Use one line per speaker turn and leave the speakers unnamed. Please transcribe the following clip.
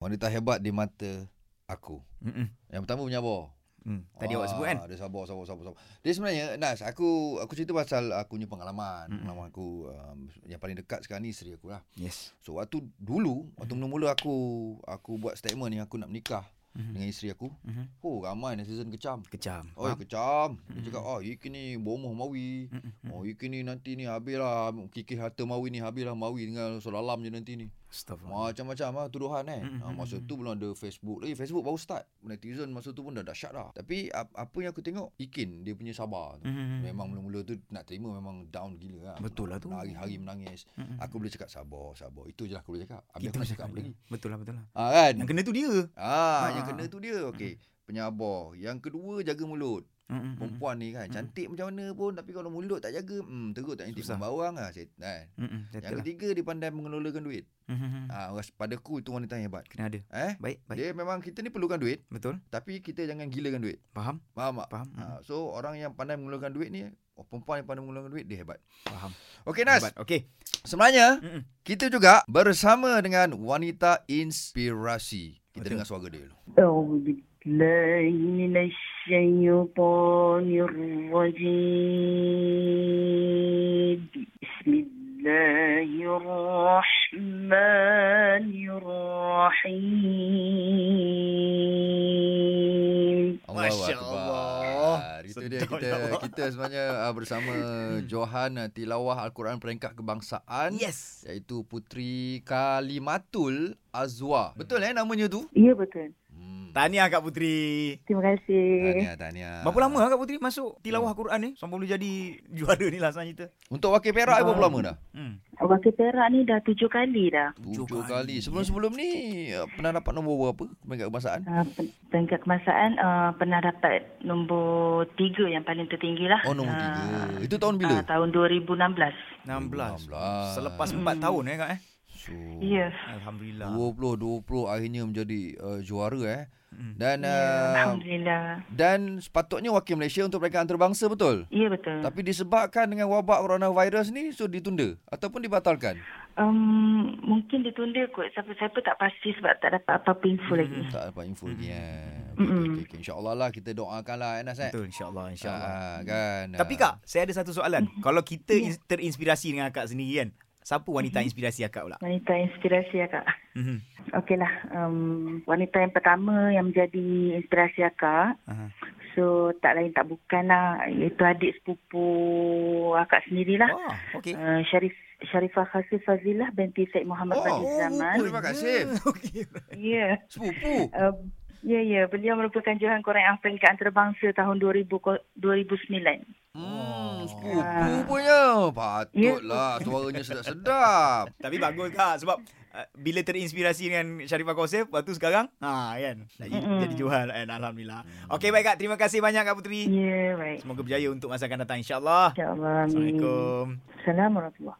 Wanita hebat di mata aku.
Mm-mm.
Yang pertama penyabar.
Hmm. Tadi awak sebut kan?
Dia sabar, sabar, sabar, sabar. Dia sebenarnya, Nas, aku aku cerita pasal aku punya pengalaman.
Mm-mm.
Pengalaman aku um, yang paling dekat sekarang ni isteri aku lah.
Yes.
So, waktu dulu, waktu mula-mula aku aku buat statement yang aku nak menikah
Mhm.
dengan isteri aku.
Mhm.
Oh, ramai netizen kecam.
Kecam.
Oh,
Faham?
kecam. Dia
Mm-mm.
cakap, oh, you ni bomoh mawi.
Mm-mm.
Oh, you ni nanti ni habislah. Kikir harta mawi ni habislah mawi dengan solalam je nanti ni.
Astagfirullah.
Macam-macam lah tuduhan eh.
Mm, mm,
Ha,
mm,
masa
mm.
tu belum ada Facebook lagi. Facebook baru start. Netizen masa tu pun dah dahsyat dah. Tapi ap- apa yang aku tengok, Ikin dia punya sabar tu.
Mhm.
Memang mula-mula tu nak terima memang down gila lah.
Betul Mm-hmm. lah tu.
Hari-hari menangis.
Mm-mm.
Aku boleh cakap sabar, sabar. Itu je lah aku boleh cakap. Habis
Kita
aku nak
macam
cakap apa lagi?
Betul lah betul lah.
Ha, kan?
Yang kena tu dia.
Ha, yang
Ah. Mm-hmm.
kena tu dia. Okey. Penyabar. Yang kedua, jaga mulut.
Mm-mm.
Perempuan ni kan. Cantik macam mana pun. Tapi kalau mulut tak jaga, hmm, teruk tak nanti
Mm-hmm. Susah.
pembawang lah. Setan. Yang
Mm-mm. Betul lah. Mm-hmm. Mm.
ketiga, dia pandai mengelolakan duit.
Mm-mm.
Ah, ha, pada aku itu wanita yang hebat.
Kena ada.
Eh?
Baik baik.
Dia memang kita ni perlukan duit
Betul.
tapi kita jangan gilakan duit.
Faham?
Faham tak?
Faham? Mm.
Ha, so orang yang pandai mengeluarkan duit ni oh, perempuan yang pandai mengeluarkan duit dia hebat.
Faham.
Okey Nas, hebat.
Hebat. Okey.
sebenarnya
Mm-mm.
kita juga bersama dengan wanita inspirasi. Kita
Betul.
dengar suara dia dulu.
أعوذ بالله من الشيطان الرجيم بسم الله الرحمن الرحيم
Allahu
Masya
Akbar.
Allah.
Itu dia
Sedap
kita
ya Allah.
kita sebenarnya uh, bersama Johan uh, Tilawah Al-Quran Peringkat Kebangsaan
Yes.
iaitu Putri Kalimatul Azwa. Betul eh namanya tu?
Ya betul.
Hmm.
Tahniah Kak Putri.
Terima kasih.
Tahniah, tahniah.
Berapa lama Kak Putri
Oh.
masuk tilawah Quran ni? Sampai boleh jadi juara ni lah senang cerita.
Untuk wakil Perak uh, berapa lama dah?
Hmm.
Wakil Perak ni dah tujuh kali dah.
Tujuh,
Tujuh
kali.
kali.
Sebelum-sebelum ni uh, pernah dapat nombor berapa? Peringkat kebangsaan?
Uh, peringkat kemasaan uh, pernah dapat nombor tiga yang paling tertinggi lah.
Oh, nombor
Ah,
tiga. Itu tahun bila?
ah, tahun 2016.
16.
16.
Selepas 4 tahun eh Kak eh.
So,
Ya.
Alhamdulillah.
20-20 akhirnya menjadi uh, juara eh.
Mm.
Dan uh,
Ya, Alhamdulillah.
dan sepatutnya wakil Malaysia untuk peringkat antarabangsa betul?
Ya betul.
Tapi disebabkan dengan wabak coronavirus ni so ditunda ataupun dibatalkan.
Um, mungkin ditunda kot. Siapa-siapa tak pasti sebab tak dapat apa-apa info hmm. lagi.
Tak dapat info lagi eh. Okay,
Mm-mm.
okay, okay. InsyaAllah lah kita doakan lah eh Nas eh.
Betul insyaAllah insyaAllah.
Ah, kan.
Tapi
Ah.
Kak, saya ada satu soalan. Kalau kita ins- terinspirasi dengan Kak sendiri kan, siapa wanita inspirasi Kak pula?
Wanita inspirasi akak.
Mhm.
Okeylah. Um, wanita yang pertama yang menjadi inspirasi akak.
Aha.
So tak lain tak bukan lah. Iaitu adik sepupu akak sendirilah.
Oh,
Wah, okey.
Uh, Syarif, Syarifah Khasif Fazilah binti Syed Muhammad
Oh,
Fadil Zaman.
rupanya. Terima kasih.
Okey.
Ya.
Sepupu.
Um, Ya, ya. Beliau merupakan Johan Korang yang Peringkat Antarabangsa tahun 2000, ko- 2009.
Hmm,
Oh.
sepupu punya. Patutlah suaranya sedap-sedap.
Tapi bagus Kak sebab uh, bila terinspirasi dengan Syarifah Kosef, lepas tu sekarang ha kan jadi,
Mm-mm.
jadi jual kan alhamdulillah. Okey baik Kak, terima kasih banyak Kak Putri.
Ya, baik.
Semoga berjaya untuk masa akan datang insyaAllah.
InsyaAllah. amin.
Assalamualaikum.
Assalamualaikum warahmatullahi